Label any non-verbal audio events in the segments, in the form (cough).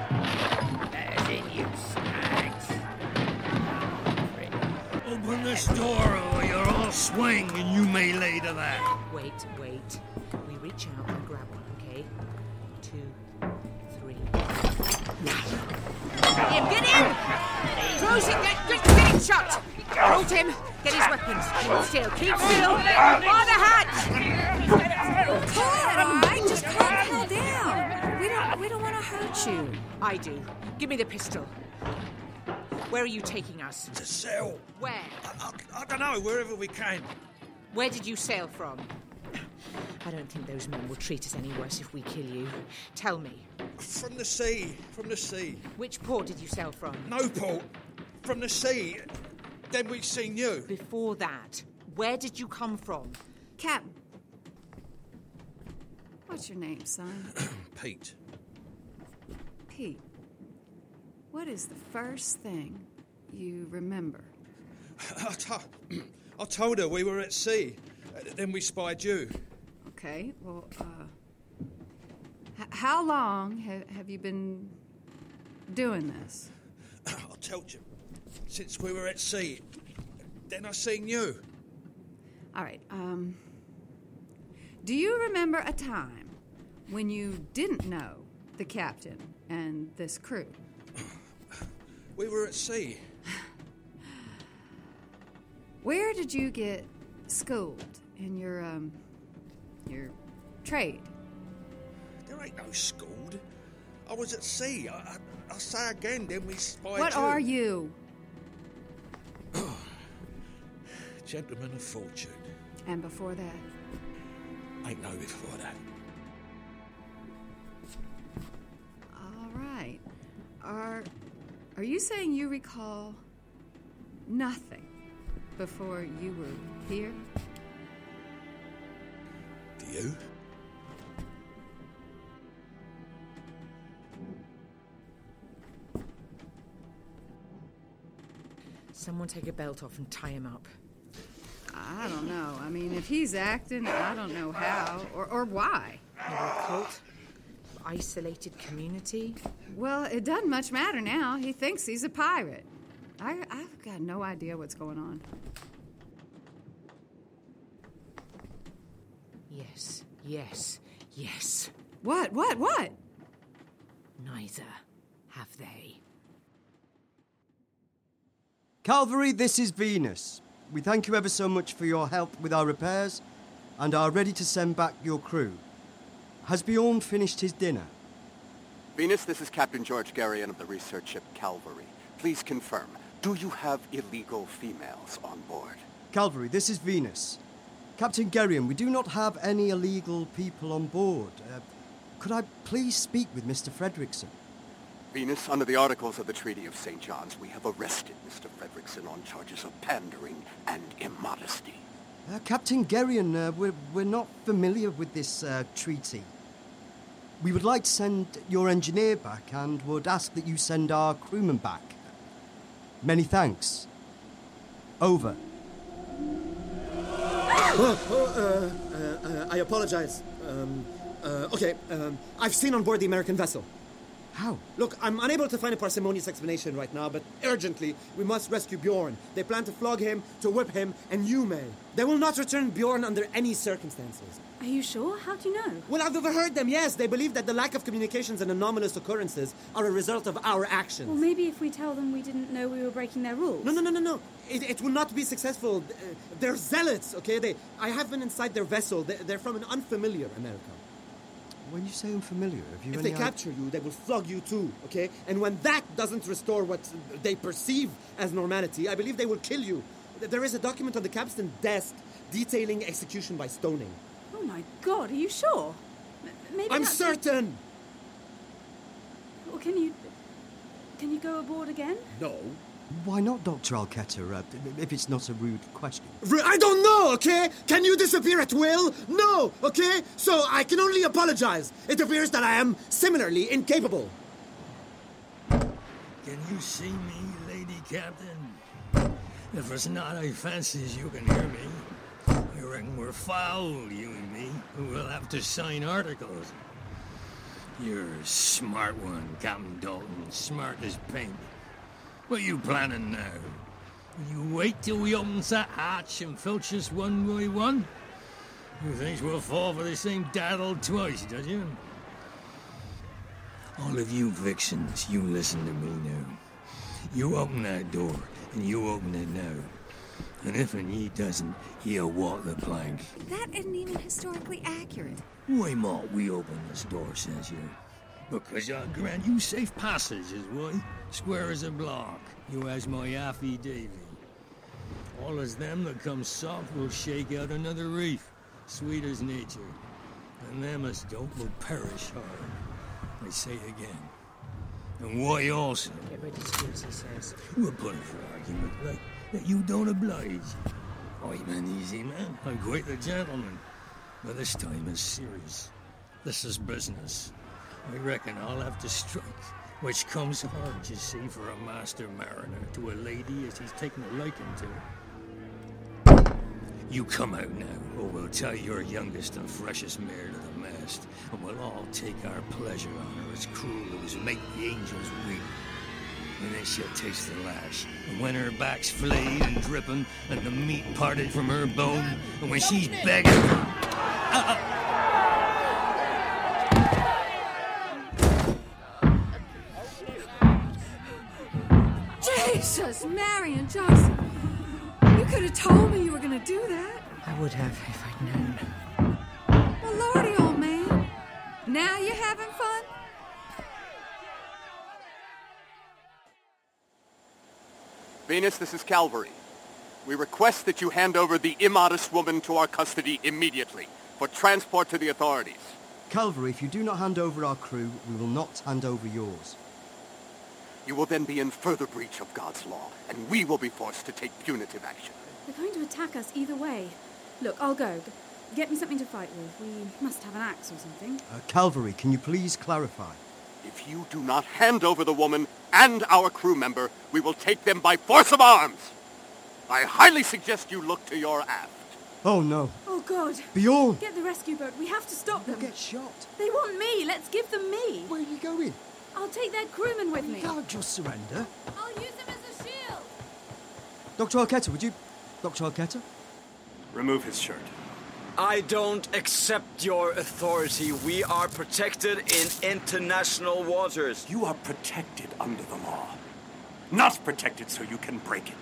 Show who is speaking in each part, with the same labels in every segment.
Speaker 1: As in you snags.
Speaker 2: Open this door or you're all swing and you may lay to that.
Speaker 3: Wait, wait. We reach out and grab one, okay? Two, three. Now. Get him! Get in! Close it! Get, get, get it shut! Hold him! Get his weapons! Keep still! Keep still! By the hat!
Speaker 4: Alright, just calm the hell down. We don't we don't wanna hurt you.
Speaker 3: I do. Give me the pistol. Where are you taking us?
Speaker 2: To sell.
Speaker 3: Where?
Speaker 2: I, don't know, wherever we can.
Speaker 3: Where did you sail from? I don't think those men will treat us any worse if we kill you. Tell me,
Speaker 2: From the sea. From the sea.
Speaker 3: which port did you sail from?
Speaker 2: No port. From the sea. Then we seen you.
Speaker 3: Before that, where did you come from?
Speaker 4: Captain. What's your name, son?
Speaker 2: Pete. (laughs)
Speaker 4: Pete. What is the first thing you remember?
Speaker 2: I, to- (clears throat) I told her we were at sea. Uh, Then we spied you. (clears throat)
Speaker 4: Okay, well, uh, h- how long ha- have you been doing this?
Speaker 2: I told you. Since we were at sea. Then I seen you.
Speaker 4: All right, um, do you remember a time when you didn't know the captain and this crew?
Speaker 2: We were at sea.
Speaker 4: Where did you get schooled in your, um, your trade?
Speaker 2: There ain't no schooled. I was at sea. I, I, I say again, then we spied
Speaker 4: what
Speaker 2: you.
Speaker 4: are you?
Speaker 2: Gentleman of fortune.
Speaker 4: And before that,
Speaker 2: Ain't no before that.
Speaker 4: all right, are, are you saying you recall nothing before you were here?
Speaker 2: Do you?
Speaker 3: Someone take a belt off and tie him up.
Speaker 4: I don't know. I mean, if he's acting, I don't know how or, or why.
Speaker 3: You're a cult? Isolated community?
Speaker 4: Well, it doesn't much matter now. He thinks he's a pirate. I, I've got no idea what's going on.
Speaker 3: Yes, yes, yes.
Speaker 4: What, what, what?
Speaker 3: Neither have they.
Speaker 5: Calvary, this is Venus. We thank you ever so much for your help with our repairs and are ready to send back your crew. Has Bjorn finished his dinner?
Speaker 6: Venus, this is Captain George Garion of the research ship Calvary. Please confirm, do you have illegal females on board?
Speaker 5: Calvary, this is Venus. Captain Gerrien, we do not have any illegal people on board. Uh, could I please speak with Mr. Fredrickson?
Speaker 6: Venus, under the articles of the Treaty of St. John's, we have arrested Mr. Fredrickson on charges of pandering and immodesty.
Speaker 5: Uh, Captain Gerrien, uh, we're, we're not familiar with this uh, treaty. We would like to send your engineer back and would ask that you send our crewman back. Many thanks. Over.
Speaker 7: I apologize. Um, uh, okay, um, I've seen on board the American vessel.
Speaker 5: How?
Speaker 7: Look, I'm unable to find a parsimonious explanation right now, but urgently, we must rescue Bjorn. They plan to flog him, to whip him, and you may. They will not return Bjorn under any circumstances.
Speaker 4: Are you sure? How do you know?
Speaker 7: Well, I've overheard them, yes. They believe that the lack of communications and anomalous occurrences are a result of our actions.
Speaker 8: Well, maybe if we tell them we didn't know we were breaking their rules.
Speaker 7: No, no, no, no, no. It, it will not be successful. Uh, They're zealots, okay? They, I have been inside their vessel. They, they're from an unfamiliar America.
Speaker 5: When you say unfamiliar, have you
Speaker 7: If
Speaker 5: any
Speaker 7: they
Speaker 5: idea-
Speaker 7: capture you, they will flog you too, okay? And when that doesn't restore what they perceive as normality, I believe they will kill you. Th- There is a document on the capstan desk detailing execution by stoning.
Speaker 8: Oh my god, are you sure? M- maybe
Speaker 7: I'm
Speaker 8: that's-
Speaker 7: certain!
Speaker 8: Well, can you. Can you go aboard again?
Speaker 7: No.
Speaker 5: Why not, Dr. Alketa, uh, if it's not a rude question?
Speaker 7: R- I don't know, okay? Can you disappear at will? No, okay? So I can only apologize. It appears that I am similarly incapable.
Speaker 2: Can you see me, Lady Captain? If it's not I fancies you can hear me. You reckon we're foul, you and me. We'll have to sign articles. You're a smart one, Captain Dalton. Smart as paint. What you planning now? You wait till we opens that hatch and filch us one by one? You thinks we'll fall for the same daddle twice, does you? All of you vixens, you listen to me now. You open that door, and you open it now. And if and ye doesn't, ye'll walk the plank.
Speaker 4: That isn't even historically accurate.
Speaker 2: Why might we open this door, says you? Because I grant you safe passage, is why. Square as a block. You has my affidavit. All as them that come soft will shake out another reef, sweet as nature. And them as don't will perish hard. I say again. And why also?
Speaker 9: Get rid of Susie, says.
Speaker 2: We're putting for argument, like that you don't oblige. I'm an easy man. I'm quite the gentleman. But this time is serious. This is business. I reckon I'll have to strike, which comes hard, you see, for a master mariner to a lady as he's taken a liking to. You come out now, or we'll tell your youngest and freshest mare to the mast, and we'll all take our pleasure on her as cruel as make the angels weep. And then she'll taste the lash. And when her back's flayed and dripping, and the meat parted from her bone, and when she's begging.
Speaker 4: Jesus, Marion Johnson! You could have told me you were going to do that.
Speaker 9: I would have if I'd known.
Speaker 4: Well, lordy, old man. Now you're having fun?
Speaker 6: Venus, this is Calvary. We request that you hand over the immodest woman to our custody immediately for transport to the authorities.
Speaker 5: Calvary, if you do not hand over our crew, we will not hand over yours.
Speaker 6: You will then be in further breach of God's law, and we will be forced to take punitive action.
Speaker 8: They're going to attack us either way. Look, I'll go. G- Get me something to fight with. We must have an axe or something.
Speaker 5: Uh, Calvary, can you please clarify?
Speaker 6: If you do not hand over the woman and our crew member, we will take them by force of arms. I highly suggest you look to your aft.
Speaker 5: Oh no,
Speaker 8: Oh god!
Speaker 5: Bjorn!
Speaker 8: Get the rescue boat. We have to stop
Speaker 5: You'll
Speaker 8: them.
Speaker 5: get shot.
Speaker 8: They want me. Let's give them me.
Speaker 5: Where are you going?
Speaker 8: I'll take their crewmen with
Speaker 5: You
Speaker 8: me.
Speaker 5: can't just surrender.
Speaker 8: I'll use them as a shield.
Speaker 5: Dr. Alketa, would you... Dr. Alketa?
Speaker 6: Remove his shirt.
Speaker 10: I don't accept your authority. We are protected in international waters.
Speaker 6: You are protected under the law. Not protected so you can break it.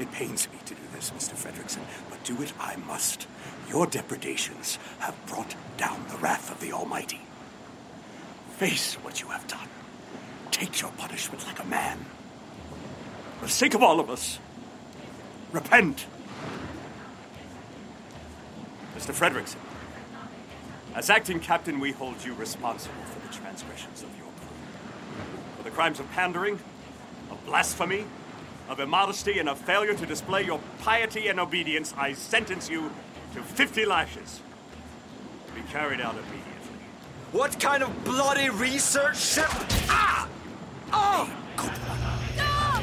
Speaker 6: It pains me to do this, Mr. Fredrickson, but do it I must. Your depredations have brought down the wrath of the Almighty. Face what you have done. Take your punishment like a man. For the sake of all of us, repent. Mr. Fredrickson, as acting captain, we hold you responsible for the transgressions of your crew. For the crimes of pandering, of blasphemy, of immodesty, and of failure to display your piety and obedience, I sentence you to 50 lashes. To be carried out immediately.
Speaker 10: What kind of bloody research ship? Ah! Oh!
Speaker 11: Stop!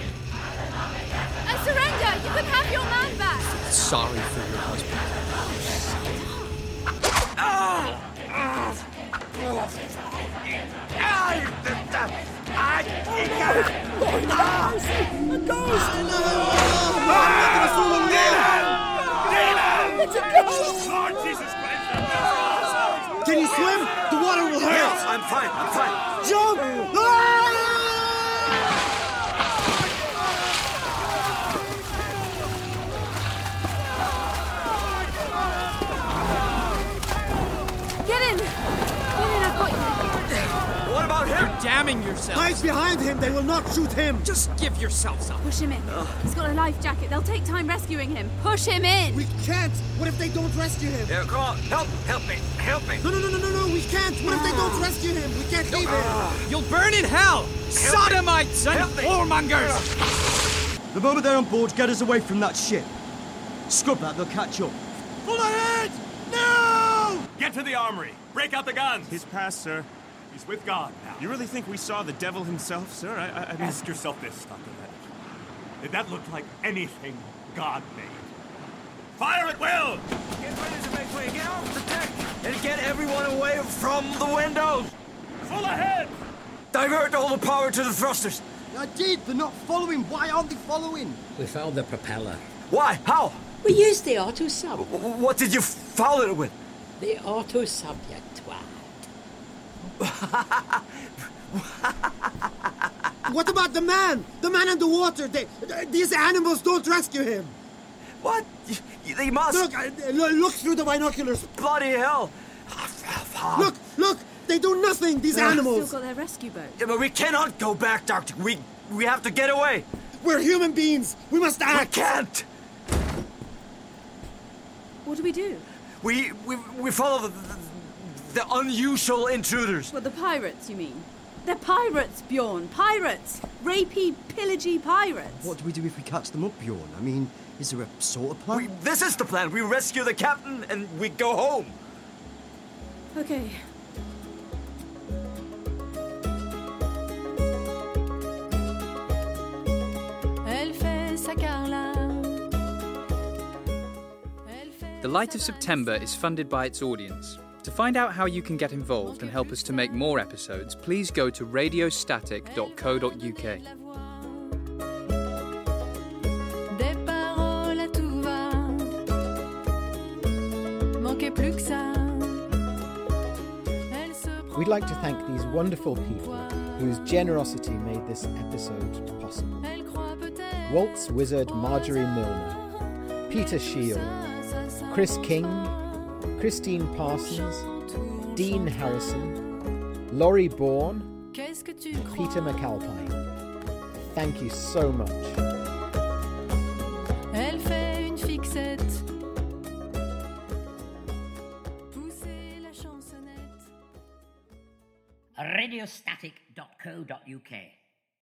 Speaker 11: I surrender! You can have your man back!
Speaker 12: Sorry for your husband.
Speaker 7: Can you swim? The water will hurt!
Speaker 10: Yes, I'm fine, I'm fine.
Speaker 7: Jump! Ah!
Speaker 11: Get in!
Speaker 13: yourselves.
Speaker 7: Mike's behind him. They will not shoot him.
Speaker 13: Just give yourselves up.
Speaker 4: Push him in.
Speaker 13: Ugh.
Speaker 4: He's got a life jacket. They'll take time rescuing him. Push him in.
Speaker 7: We can't. What if they don't rescue him?
Speaker 5: Yeah, come on. Help, help me, help me.
Speaker 7: No, no, no, no, no, no. We can't. What if they don't rescue him? We can't leave
Speaker 5: Ah.
Speaker 7: him.
Speaker 13: You'll burn in hell! Sodomites and whoremongers!
Speaker 14: The moment they're on board, get us away from that ship. Scrub that, they'll catch up.
Speaker 6: Full ahead! No! Get to the armory. Break out the guns.
Speaker 15: His past, sir.
Speaker 6: He's with God now.
Speaker 15: You really think we saw the devil himself, sir? I, I, I mean,
Speaker 6: Ask yourself this, Dr. Leonard. Did that look like anything God made? Fire at will!
Speaker 5: Get ready to make way. Get off the deck and get everyone away from the windows.
Speaker 6: Full ahead!
Speaker 5: Divert all the power to the thrusters.
Speaker 14: I did. They're not following. Why aren't they following?
Speaker 16: We found the propeller.
Speaker 5: Why? How?
Speaker 16: We used the auto sub.
Speaker 5: What did you foul it with?
Speaker 16: The auto sub, you twat.
Speaker 7: What about the man? The man in the water. They, these animals don't rescue him.
Speaker 5: What? They must.
Speaker 7: Look, I- lo- look through the binoculars.
Speaker 5: Bloody hell. (sighs)
Speaker 7: Look, look. They do nothing, these
Speaker 5: Ah.
Speaker 7: animals.
Speaker 4: Still got their rescue boat.
Speaker 5: Yeah, but we cannot go back, Doctor. We we have to get away.
Speaker 7: We're human beings. We must act.
Speaker 5: We can't.
Speaker 4: What do we do?
Speaker 5: We we, we follow the, the, the unusual intruders.
Speaker 4: Well, the pirates, you mean? They're pirates, Bjorn. Pirates. Rapey, pillagey pirates.
Speaker 14: What do we do if we catch them up, Bjorn? I mean, is there a sort of plan?
Speaker 5: This is the plan. We rescue the captain and we go home.
Speaker 4: Okay.
Speaker 17: Elle fait sa carla.
Speaker 1: The Light of September is funded by its audience. To find out how you can get involved and help us to make more episodes, please go to radiostatic.co.uk.
Speaker 17: Des paroles à tout va. Manquez plus que ça. Elle se
Speaker 3: We'd like to thank these wonderful people whose generosity made this episode possible.
Speaker 17: elle croit peut-être.
Speaker 3: Waltz Wizard Marjorie Milner, Peter Shield, Chris King, Christine Parsons, Dean Harrison, Laurie Bourne,
Speaker 17: Qu'est-ce que tu
Speaker 3: and
Speaker 17: crois?
Speaker 3: Peter McAlpine. Thank you so much.
Speaker 17: Elle fait une fixette. Poussez la chansonnette.
Speaker 18: radiostatic.co.uk.